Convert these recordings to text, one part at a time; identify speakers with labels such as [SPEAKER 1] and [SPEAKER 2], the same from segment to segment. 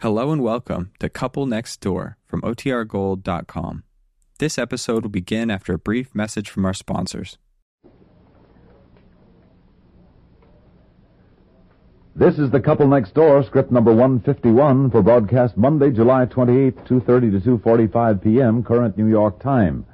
[SPEAKER 1] Hello and welcome to Couple Next Door from OTRGold.com. This episode will begin after a brief message from our sponsors.
[SPEAKER 2] This is the couple next door, script number 151 for broadcast Monday, July 28th, 2:30 to 2:45 p.m. current New York time.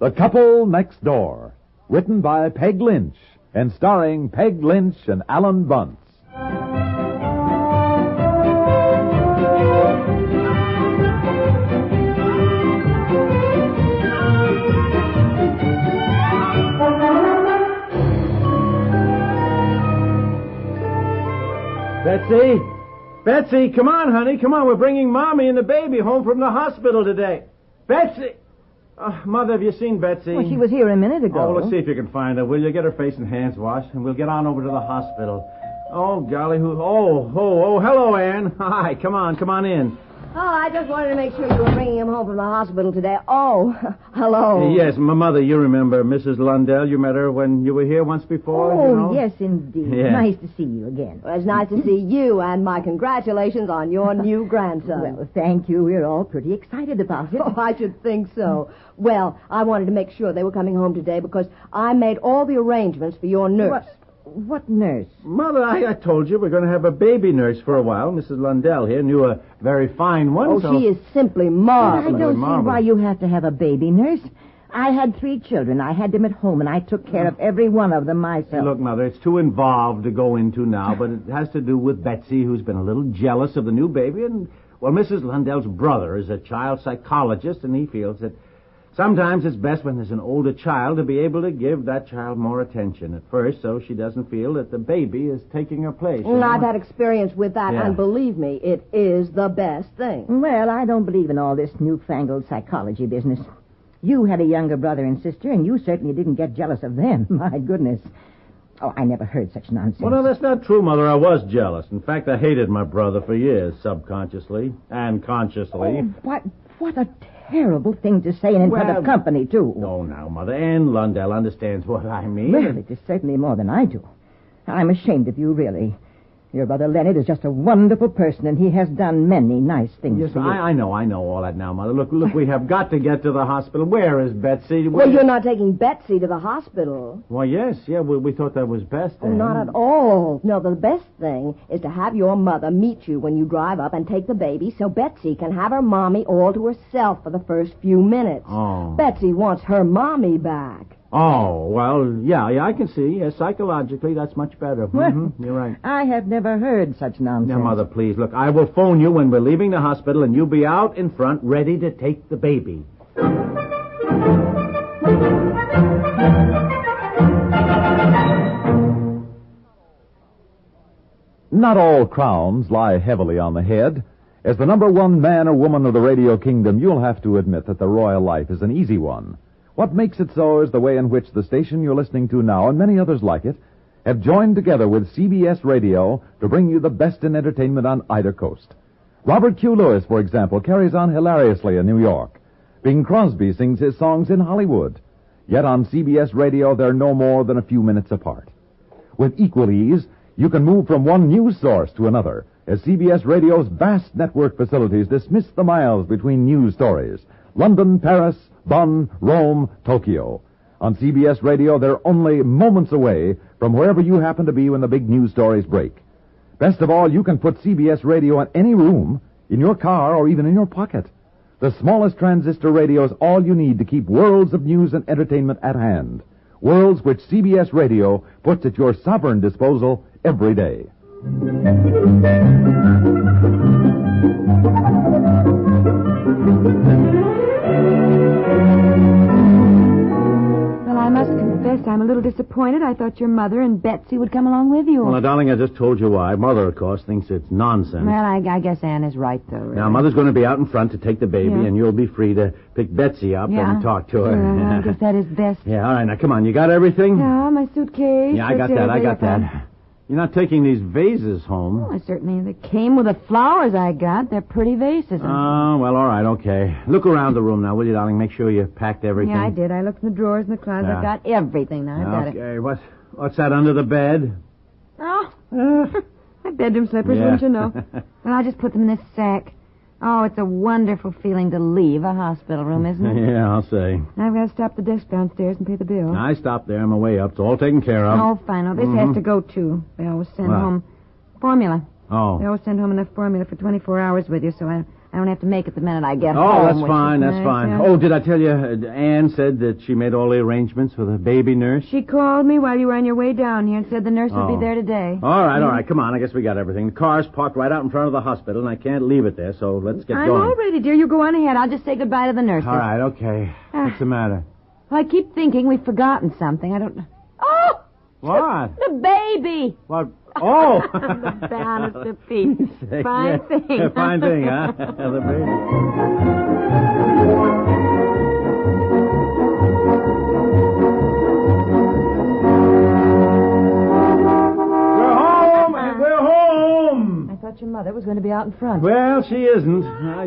[SPEAKER 2] The Couple Next Door, written by Peg Lynch and starring Peg Lynch and Alan Bunce.
[SPEAKER 3] Betsy? Betsy, come on, honey. Come on. We're bringing Mommy and the baby home from the hospital today. Betsy! Uh, Mother, have you seen Betsy?
[SPEAKER 4] Well, she was here a minute ago.
[SPEAKER 3] Oh, let's see if you can find her, will you? Get her face and hands washed, and we'll get on over to the hospital. Oh, golly, who... Oh, oh, oh, hello, Ann. Hi, come on, come on in.
[SPEAKER 4] Oh, I just wanted to make sure you were bringing him home from the hospital today. Oh,
[SPEAKER 5] Oh.
[SPEAKER 4] hello.
[SPEAKER 3] Yes, my mother, you remember Mrs. Lundell. You met her when you were here once before,
[SPEAKER 4] Oh,
[SPEAKER 3] you know?
[SPEAKER 4] yes, indeed.
[SPEAKER 3] Yeah.
[SPEAKER 4] Nice to see you again.
[SPEAKER 5] Well, it's nice to see you, and my congratulations on your new grandson.
[SPEAKER 4] Well, thank you. We're all pretty excited about it.
[SPEAKER 5] Oh, I should think so. Well, I wanted to make sure they were coming home today because I made all the arrangements for your nurse.
[SPEAKER 4] What, what nurse?
[SPEAKER 3] Mother, I, I told you we're going to have a baby nurse for a while. Mrs. Lundell here knew a very fine one.
[SPEAKER 5] Oh,
[SPEAKER 3] so...
[SPEAKER 5] she is simply
[SPEAKER 4] I
[SPEAKER 5] marvelous.
[SPEAKER 3] Marvelous.
[SPEAKER 4] don't see
[SPEAKER 3] Marvelous.
[SPEAKER 4] why you have to have a baby nurse. I had three children. I had them at home, and I took care of every one of them myself.
[SPEAKER 3] Look, Mother, it's too involved to go into now, but it has to do with Betsy, who's been a little jealous of the new baby. And, well, Mrs. Lundell's brother is a child psychologist, and he feels that sometimes it's best when there's an older child to be able to give that child more attention at first so she doesn't feel that the baby is taking her place. you
[SPEAKER 5] Mm, I've
[SPEAKER 3] know?
[SPEAKER 5] had experience with that,
[SPEAKER 3] Yeah.
[SPEAKER 5] and believe me, it is the best thing.
[SPEAKER 4] Well, I don't believe in all this newfangled psychology business. You had a younger brother and sister, and you certainly didn't get jealous of them. My goodness. Oh, I never heard such nonsense.
[SPEAKER 3] Well, no, that's not true, Mother. I was jealous. In fact, I hated my brother for years, subconsciously and consciously.
[SPEAKER 4] Oh, What what a terrible thing to say and in front
[SPEAKER 3] Well-
[SPEAKER 4] of company, too.
[SPEAKER 3] No, now, Mother. Anne Lundell understands what I mean.
[SPEAKER 4] Well, it is certainly more than I do. I'm ashamed of you, really. Your brother Leonard is just a wonderful person, and he has done many nice things
[SPEAKER 3] Yes,
[SPEAKER 4] for you.
[SPEAKER 3] I, I know, I know all that now, Mother. Look, look, we have got to get to the hospital. Where is Betsy?
[SPEAKER 5] Well,
[SPEAKER 3] Where-
[SPEAKER 5] you're not taking Betsy to the hospital.
[SPEAKER 3] Why, yes, yeah, we, we thought that was best.
[SPEAKER 4] Hmm.
[SPEAKER 3] eh?
[SPEAKER 5] Oh, Not at all. No, the best thing is to have your mother meet you when you drive up and take the baby so Betsy can have her mommy all to herself for the first few minutes.
[SPEAKER 3] Oh.
[SPEAKER 5] Betsy wants her mommy back.
[SPEAKER 3] Oh, well, yeah, yeah, I can see. Yes, psychologically, that's much better. Mhm, You're right.
[SPEAKER 4] I have never heard such nonsense.
[SPEAKER 3] Now, Mother, please, look, I will phone you when we're leaving the hospital, and you'll be out in front ready to take the baby.
[SPEAKER 2] Not all crowns lie heavily on the head. As the number one man or woman of the radio kingdom, you'll have to admit that the royal life is an easy one. What makes it so is the way in which the station you're listening to now, and many others like it, have joined together with CBS Radio to bring you the best in entertainment on either coast. Robert Q. Lewis, for example, carries on hilariously in New York. Bing Crosby sings his songs in Hollywood. Yet on CBS Radio, they're no more than a few minutes apart. With equal ease, you can move from one news source to another as CBS Radio's vast network facilities dismiss the miles between news stories London, Paris, Bonn, Rome, Tokyo. On CBS Radio, they're only moments away from wherever you happen to be when the big news stories break. Best of all, you can put CBS radio in any room, in your car, or even in your pocket. The smallest transistor radio is all you need to keep worlds of news and entertainment at hand. Worlds which CBS radio puts at your sovereign disposal every day.
[SPEAKER 6] Well, I must confess I'm a little disappointed. I thought your mother and Betsy would come along with you.
[SPEAKER 3] Well, now, darling, I just told you why. Mother, of course, thinks it's nonsense.
[SPEAKER 6] Well, I, I guess Anne is right, though. really.
[SPEAKER 3] Now, Mother's going to be out in front to take the baby,
[SPEAKER 6] Yeah.
[SPEAKER 3] and you'll be free to pick Betsy up
[SPEAKER 6] yeah.
[SPEAKER 3] and talk to her.
[SPEAKER 6] Yeah, I guess that is best.
[SPEAKER 3] Yeah, all right. Now, come on. You got everything?
[SPEAKER 6] Yeah, my suitcase.
[SPEAKER 3] Yeah, I got that. I got that. You're not taking these vases home.
[SPEAKER 4] Well, certainly, they came with the flowers I got. They're pretty vases.
[SPEAKER 3] Oh, well, all right, okay. Look around the room now, will you, darling? Make sure you packed everything.
[SPEAKER 4] yeah, I did. I looked in the drawers in the closet.
[SPEAKER 3] Yeah.
[SPEAKER 4] I got everything. Now I've got it.
[SPEAKER 3] Okay, what, what's that under the bed?
[SPEAKER 4] Oh, my bedroom slippers,
[SPEAKER 3] Yeah.
[SPEAKER 4] wouldn't you know? well, I'll just put them in this sack. Oh, it's a wonderful feeling to leave a hospital room, isn't it?
[SPEAKER 3] yeah, I'll say.
[SPEAKER 4] I've got to stop the desk downstairs and pay the bill.
[SPEAKER 3] I stopped there on my way up. It's all taken care of.
[SPEAKER 4] oh, fine. Oh, this has to go, too. They always send
[SPEAKER 3] Mm-hmm. What?
[SPEAKER 4] home formula.
[SPEAKER 3] Oh.
[SPEAKER 4] They always send home enough formula for 24 hours with you, so I, I don't have to make it the minute I get home.
[SPEAKER 3] Oh, that's
[SPEAKER 4] which is
[SPEAKER 3] fine, that's
[SPEAKER 4] nice,
[SPEAKER 3] fine.
[SPEAKER 4] yeah.
[SPEAKER 3] Oh, did I tell you, uh, Anne said that she made all the arrangements for the baby nurse?
[SPEAKER 4] She called me while you were on your way down here and said the nurse would
[SPEAKER 3] Oh.
[SPEAKER 4] be there today.
[SPEAKER 3] All right, all right, come on. I guess we got everything. The car's parked right out in front of the hospital, and I can't leave it there, so let's get
[SPEAKER 4] I'm
[SPEAKER 3] going.
[SPEAKER 4] all ready, dear. You go on ahead. I'll just say goodbye to the nurses.
[SPEAKER 3] All right, okay. What's the matter?
[SPEAKER 4] Well, I keep thinking we've forgotten something. I don't. Oh,
[SPEAKER 3] What?
[SPEAKER 4] the baby.
[SPEAKER 3] What? Oh!
[SPEAKER 4] the honest to Pete. Fine
[SPEAKER 3] Yeah,
[SPEAKER 4] thing.
[SPEAKER 3] yeah, fine thing, huh? the baby. We're home! and We're home!
[SPEAKER 4] I thought your mother was going to be out in front.
[SPEAKER 3] Well, she isn't. I...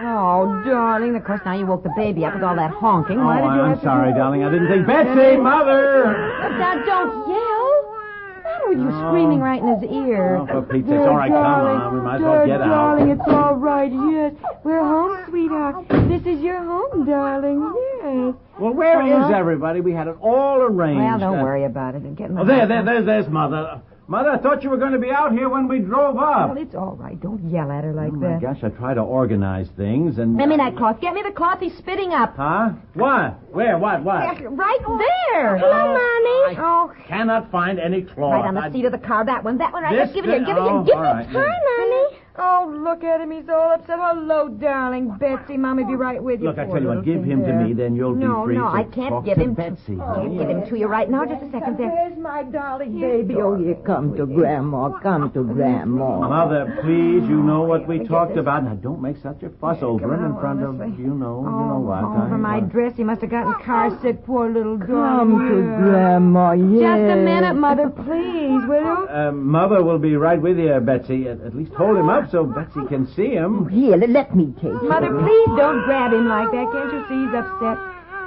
[SPEAKER 4] Oh, darling. Of course, now you woke the baby up with all that honking.
[SPEAKER 3] Oh,
[SPEAKER 4] Why did you
[SPEAKER 3] I'm
[SPEAKER 4] have to
[SPEAKER 3] sorry,
[SPEAKER 4] do-
[SPEAKER 3] darling. I didn't think. Betsy, mother!
[SPEAKER 4] Now, don't yell. What's the matter with you screaming right in his ear?
[SPEAKER 3] Oh, for Pete's sake. All right, come
[SPEAKER 4] darling,
[SPEAKER 3] on. We might as well
[SPEAKER 4] dear
[SPEAKER 3] get out.
[SPEAKER 4] darling, it's all right, yes. We're home, sweetheart. This is your home, darling, yes.
[SPEAKER 3] Well, where is
[SPEAKER 4] Uh-huh.
[SPEAKER 3] everybody? We had it all arranged.
[SPEAKER 4] Well, don't
[SPEAKER 3] Uh,
[SPEAKER 4] worry about it. And get in the
[SPEAKER 3] Oh, there,
[SPEAKER 4] house.
[SPEAKER 3] there, there's, there's mother. Mother, I thought you were going to be out here when we drove
[SPEAKER 4] Well,
[SPEAKER 3] up.
[SPEAKER 4] it's all right. Don't yell at her like
[SPEAKER 3] Oh, my
[SPEAKER 4] that.
[SPEAKER 3] gosh, I try to organize things and.
[SPEAKER 4] Let me that cloth. Get me the cloth he's spitting up.
[SPEAKER 3] Huh? What? Where? What? What?
[SPEAKER 4] Right there. Hello, Oh. Mommy. Oh,
[SPEAKER 3] Cannot find any cloth.
[SPEAKER 4] right on
[SPEAKER 3] I-
[SPEAKER 4] the seat of the car. That one, that one. Right
[SPEAKER 3] This
[SPEAKER 4] there. Give it here.
[SPEAKER 3] bit-
[SPEAKER 4] Give it here.
[SPEAKER 3] oh,
[SPEAKER 4] Give
[SPEAKER 3] all
[SPEAKER 4] it
[SPEAKER 3] right, yeah.
[SPEAKER 4] Mommy. Oh, look at him. He's all upset. Hello, darling. Betsy, Mommy, be right with you.
[SPEAKER 3] Look, I
[SPEAKER 4] Poor
[SPEAKER 3] tell you what,
[SPEAKER 4] little
[SPEAKER 3] give him
[SPEAKER 4] thing there. Oh,
[SPEAKER 3] to me, then you'll
[SPEAKER 4] no,
[SPEAKER 3] be free
[SPEAKER 4] No,
[SPEAKER 3] to
[SPEAKER 4] I can't
[SPEAKER 3] talk
[SPEAKER 4] give
[SPEAKER 3] to
[SPEAKER 4] him.
[SPEAKER 3] Betsy.
[SPEAKER 4] I'll give him to you right now. Just a second there.
[SPEAKER 7] There's my darling baby. Oh, you come to Grandma. Come to
[SPEAKER 4] Oh,
[SPEAKER 7] Grandma.
[SPEAKER 3] Mother, please, you know what we talked about. Now, don't make such a fuss over him in front of,
[SPEAKER 4] honestly.
[SPEAKER 3] you know, you know what.
[SPEAKER 4] Oh,
[SPEAKER 3] I-
[SPEAKER 4] over my
[SPEAKER 3] what-
[SPEAKER 4] dress. He must have gotten car sick. Poor little
[SPEAKER 7] Come
[SPEAKER 4] darling.
[SPEAKER 7] to
[SPEAKER 4] Yeah.
[SPEAKER 7] Grandma, yes.
[SPEAKER 4] Just a minute, Mother, please, will you?
[SPEAKER 3] Uh, Mother will be right with you, Betsy. At, at least hold him up so Betsy can see him.
[SPEAKER 7] Here, le- let me take you.
[SPEAKER 4] Mother, please don't grab him like that. Can't you see he's upset?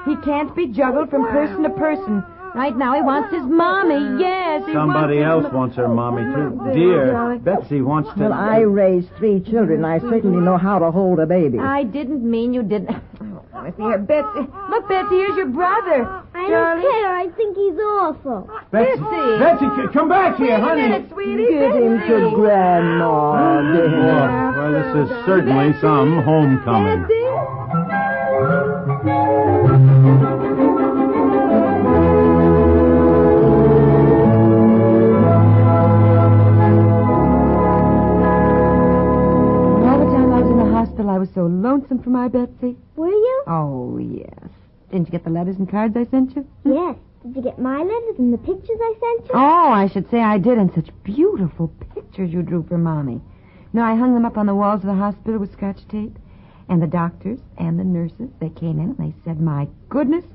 [SPEAKER 4] He can't be juggled from person to person. Right now, he wants his mommy. Yes, he
[SPEAKER 3] Somebody else
[SPEAKER 4] wants his mo-
[SPEAKER 3] wants her mommy,
[SPEAKER 4] Mother,
[SPEAKER 3] too. Dear,
[SPEAKER 4] darling.
[SPEAKER 3] Betsy wants to.
[SPEAKER 7] Well, I raised three children. I certainly know how to hold a baby.
[SPEAKER 4] I didn't mean you didn't. Honestly, here, Betsy. Look, Betsy, here's your brother.
[SPEAKER 2] I don't
[SPEAKER 4] Darling.
[SPEAKER 2] care. I think he's awful.
[SPEAKER 3] Betsy,
[SPEAKER 4] Betsy.
[SPEAKER 3] Betsy, c- come back here, honey. Oh,
[SPEAKER 4] Wait a minute, sweetie.
[SPEAKER 7] Give him to
[SPEAKER 4] Betsy.
[SPEAKER 7] Grandma. dear.
[SPEAKER 3] Well, this is certainly some homecoming.
[SPEAKER 4] Betsy. All the time I was in the hospital, I was so lonesome for my Betsy.
[SPEAKER 2] Were you?
[SPEAKER 4] Oh, yes. Didn't you get the letters and cards I sent you?
[SPEAKER 2] Yes. Did you get my letters and the pictures I sent you?
[SPEAKER 4] Oh, I should say I did, and such beautiful pictures you drew for Mommy. No, I hung them up on the walls of the hospital with scotch tape. And the doctors and the nurses, they came in and they said, My goodness,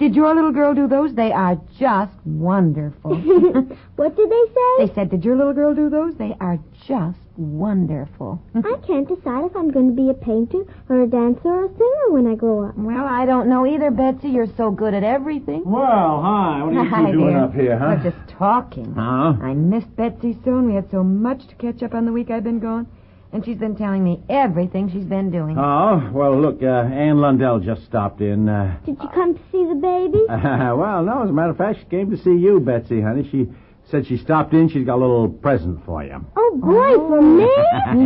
[SPEAKER 4] did your little girl do those? They are just wonderful.
[SPEAKER 7] Oh.
[SPEAKER 2] what did they say?
[SPEAKER 4] they said, Did your little girl do those? They are just wonderful.
[SPEAKER 2] I can't decide if I'm going to be a painter or a dancer or a singer when I grow up.
[SPEAKER 4] well, I don't know either, Betsy. You're so good at everything.
[SPEAKER 3] Well, hi. What are you
[SPEAKER 4] Hi
[SPEAKER 3] two doing
[SPEAKER 4] there.
[SPEAKER 3] up here,
[SPEAKER 4] We're
[SPEAKER 3] huh?
[SPEAKER 4] just talking.
[SPEAKER 3] Huh?
[SPEAKER 4] I missed Betsy soon. We had so much to catch up on the week I've been gone. And she's been telling me everything she's been doing.
[SPEAKER 3] Oh, well, look, uh, Anne Lundell just stopped in. Uh,
[SPEAKER 2] Did you come to see the baby?
[SPEAKER 3] Uh, well, no, as a matter of fact, she came to see you, Betsy, honey. She said she stopped in. She's got a little present for you.
[SPEAKER 2] Oh, boy, for me?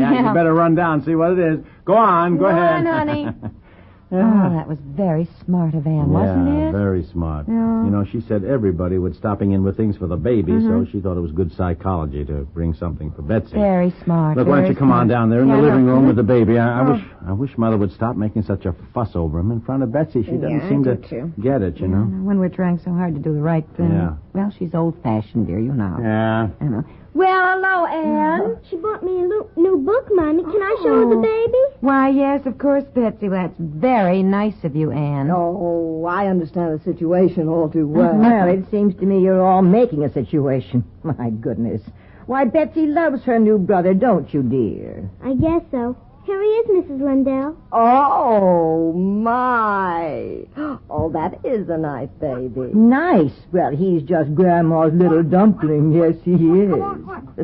[SPEAKER 3] yeah, you better run down and see what it is. Go on, go
[SPEAKER 4] Go
[SPEAKER 3] ahead.
[SPEAKER 4] on, honey.
[SPEAKER 3] yeah,
[SPEAKER 4] Oh, that was very smart of Anne, wasn't
[SPEAKER 3] yeah
[SPEAKER 4] it?
[SPEAKER 3] very smart.
[SPEAKER 4] Yeah.
[SPEAKER 3] You know, she said everybody was stopping in with things for the baby, so
[SPEAKER 4] Mm-hmm.
[SPEAKER 3] she thought it was good psychology to bring something for Betsy.
[SPEAKER 4] Very smart.
[SPEAKER 3] Look, why don't
[SPEAKER 4] very
[SPEAKER 3] you come on
[SPEAKER 4] smart.
[SPEAKER 3] down there in
[SPEAKER 4] Yeah, Oh.
[SPEAKER 3] the
[SPEAKER 4] I
[SPEAKER 3] living
[SPEAKER 4] know.
[SPEAKER 3] room with the baby? I, I wish I wish Mother would stop making such a fuss over him in front of Betsy. She doesn't
[SPEAKER 4] Yeah, I
[SPEAKER 3] seem
[SPEAKER 4] do
[SPEAKER 3] to
[SPEAKER 4] too.
[SPEAKER 3] get it, you know.
[SPEAKER 4] When we're trying so hard to do the right thing.
[SPEAKER 3] Yeah.
[SPEAKER 4] Well, she's old-fashioned, dear, you know.
[SPEAKER 3] Yeah.
[SPEAKER 4] You know. Well, hello, Anne.
[SPEAKER 7] Oh.
[SPEAKER 2] She bought me a lu- new book, Mommy. Can I show her the baby?
[SPEAKER 4] Why, yes, of course, Betsy. Well, that's very nice of you, Anne.
[SPEAKER 8] Oh, I understand the situation all too well.
[SPEAKER 9] Well,
[SPEAKER 4] Uh-huh.
[SPEAKER 9] it seems to me you're all making a situation. My goodness. Why, Betsy loves her new brother, don't you, dear?
[SPEAKER 2] I guess so. Here he is, Mrs. Lundell.
[SPEAKER 8] Oh, my. Oh, that is a nice baby.
[SPEAKER 9] Nice. Well, he's just Grandma's little dumpling. Yes, he is.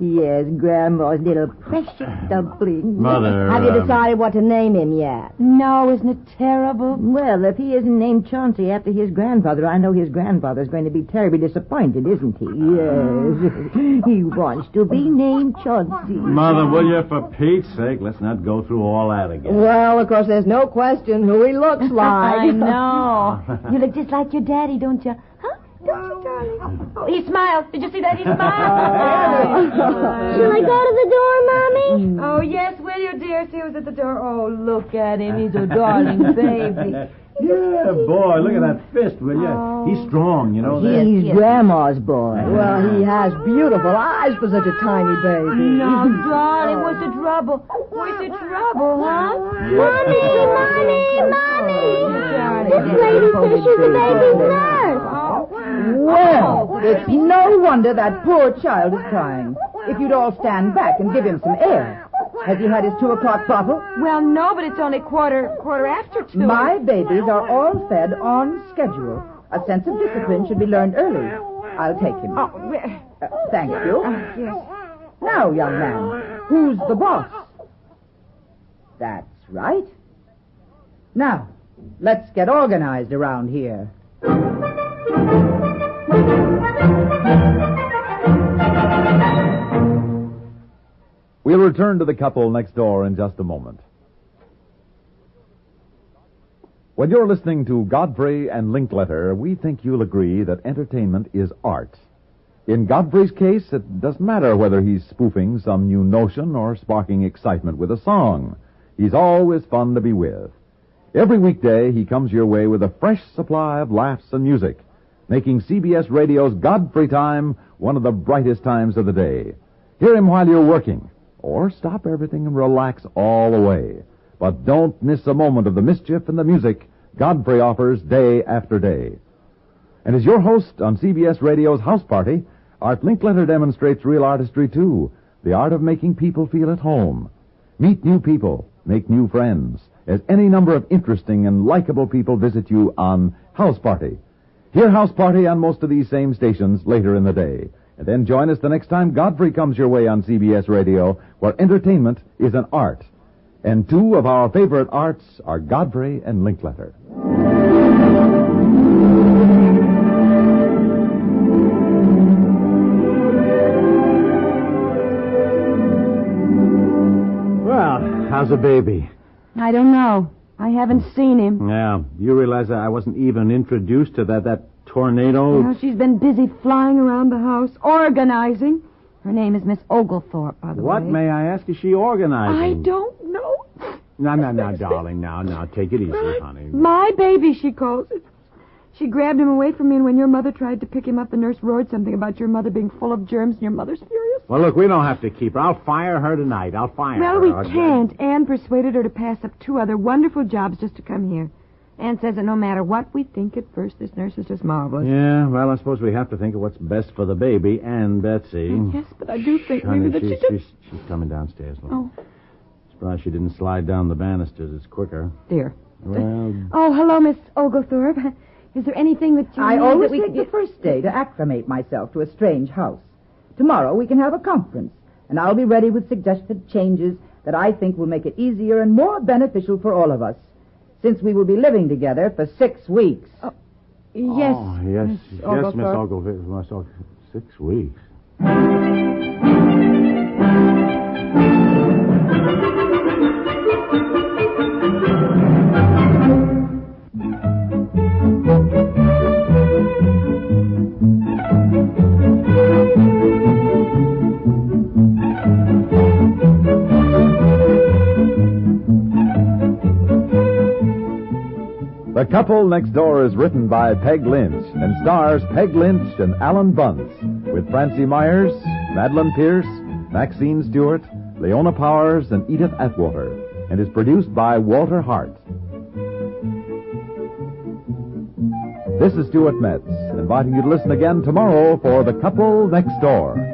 [SPEAKER 9] yes, Grandma's little precious dumpling.
[SPEAKER 10] Mother.
[SPEAKER 8] Have
[SPEAKER 10] um,
[SPEAKER 8] you decided what to name him yet?
[SPEAKER 4] No, isn't it terrible?
[SPEAKER 9] Well, if he isn't named Chauncey after his grandfather, I know his grandfather's going to be terribly disappointed, isn't he? Yes. he wants to be named Chauncey.
[SPEAKER 10] Mother, will you, for Pete's sake, let's not go through all that again.
[SPEAKER 8] Well, of course, there's no question who he looks like.
[SPEAKER 4] Oh, I know. you look just like your daddy, don't you? Huh? Don't you, darling? Oh, he smiled. Did you see that? He smiled.
[SPEAKER 2] Shall I go to the door, Mommy?
[SPEAKER 4] Oh, yes, will you, dear? See who's at the door. Oh, look at him. He's a darling baby.
[SPEAKER 10] Yeah, boy, look at that fist, will you?
[SPEAKER 4] Oh.
[SPEAKER 10] He's strong, you know that.
[SPEAKER 9] He's Grandma's
[SPEAKER 4] Uh-huh.
[SPEAKER 9] boy.
[SPEAKER 8] Well, he has beautiful eyes for such a tiny baby.
[SPEAKER 4] Now, darling, what's the trouble? What's the trouble, huh?
[SPEAKER 2] Mommy,
[SPEAKER 7] Oh.
[SPEAKER 2] Mommy, Mommy! This lady says she's the baby's nurse.
[SPEAKER 4] Oh.
[SPEAKER 11] Well, it's no wonder that poor child is crying. If you'd all stand back and give him some air. Has he had his two o'clock bottle?
[SPEAKER 4] Well, no, but it's only quarter quarter after two.
[SPEAKER 11] My babies are all fed on schedule. A sense of discipline should be learned early. I'll take him.
[SPEAKER 4] Oh, we- Oh,
[SPEAKER 11] Uh, thank you. Now, young man, who's the boss? That's right. Now, let's get organized around here.
[SPEAKER 3] We'll return to the couple next door in just a moment. When you're listening to Godfrey and Linkletter, we think you'll agree that entertainment is art. In Godfrey's case, it doesn't matter whether he's spoofing some new notion or sparking excitement with a song. He's always fun to be with. Every weekday, he comes your way with a fresh supply of laughs and music, making CBS Radio's Godfrey Time one of the brightest times of the day. Hear him while you're working, or stop everything and relax all the way. But don't miss a moment of the mischief and the music Godfrey offers day after day. And as your host on CBS Radio's House Party, Art Linkletter demonstrates real artistry too, the art of making people feel at home. Meet new people, make new friends, as any number of interesting and likable people visit you on House Party. Hear House Party on most of these same stations later in the day. And then join us the next time Godfrey comes your way on CBS Radio, where entertainment is an art. And two of our favorite arts are Godfrey and Linkletter.
[SPEAKER 10] Well, how's the baby?
[SPEAKER 4] I don't know. I haven't seen him.
[SPEAKER 10] Yeah, you realize that I wasn't even introduced to that, that tornado?
[SPEAKER 4] Well, she's been busy flying around the house, organizing. Her name is Miss Oglethorpe, by the
[SPEAKER 10] What,
[SPEAKER 4] way.
[SPEAKER 10] may I ask, is she organizing?
[SPEAKER 4] I don't know.
[SPEAKER 10] No, no, no, darling, now, now, take it easy, honey.
[SPEAKER 4] My baby, she calls it. She grabbed him away from me, and when your mother tried to pick him up, the nurse roared something about your mother being full of germs, and your mother's furious.
[SPEAKER 10] Well, look, we don't have to keep her. I'll fire her tonight. I'll fire
[SPEAKER 4] Well,
[SPEAKER 10] her.
[SPEAKER 4] we
[SPEAKER 10] okay?
[SPEAKER 4] can't. Anne persuaded her to pass up two other wonderful jobs just to come here. Anne says that no matter what we think at first, this nurse is just marvelous.
[SPEAKER 10] Yeah, well, I suppose we have to think of what's best for the baby and Betsy.
[SPEAKER 4] Yes, but I do think
[SPEAKER 10] Honey,
[SPEAKER 4] maybe that she
[SPEAKER 10] she's,
[SPEAKER 4] just...
[SPEAKER 10] she's, she's coming downstairs. Look.
[SPEAKER 4] Oh.
[SPEAKER 10] Surprised she didn't slide down the banisters. It's quicker.
[SPEAKER 4] Dear.
[SPEAKER 10] Well,
[SPEAKER 4] Oh, hello, Miss Oglethorpe. Is there anything that you
[SPEAKER 11] I
[SPEAKER 4] need that
[SPEAKER 11] always
[SPEAKER 4] we
[SPEAKER 11] take
[SPEAKER 4] can
[SPEAKER 11] the first day to acclimate myself to a strange house. Tomorrow we can have a conference, and I'll be ready with suggested changes that I think will make it easier and more beneficial for all of us, since we will be living together for six weeks.
[SPEAKER 4] Yes.
[SPEAKER 10] oh, yes, yes,
[SPEAKER 4] Oglethorpe.
[SPEAKER 10] Miss Oglethorpe. Miss Oglethorpe. Six weeks.
[SPEAKER 3] The Couple Next Door is written by Peg Lynch and stars Peg Lynch and Alan Bunce with Francie Myers, Madeline Pierce, Maxine Stewart, Leona Powers and Edith Atwater, and is produced by Walter Hart. This is Stuart Metz, inviting you to listen again tomorrow for The Couple Next Door.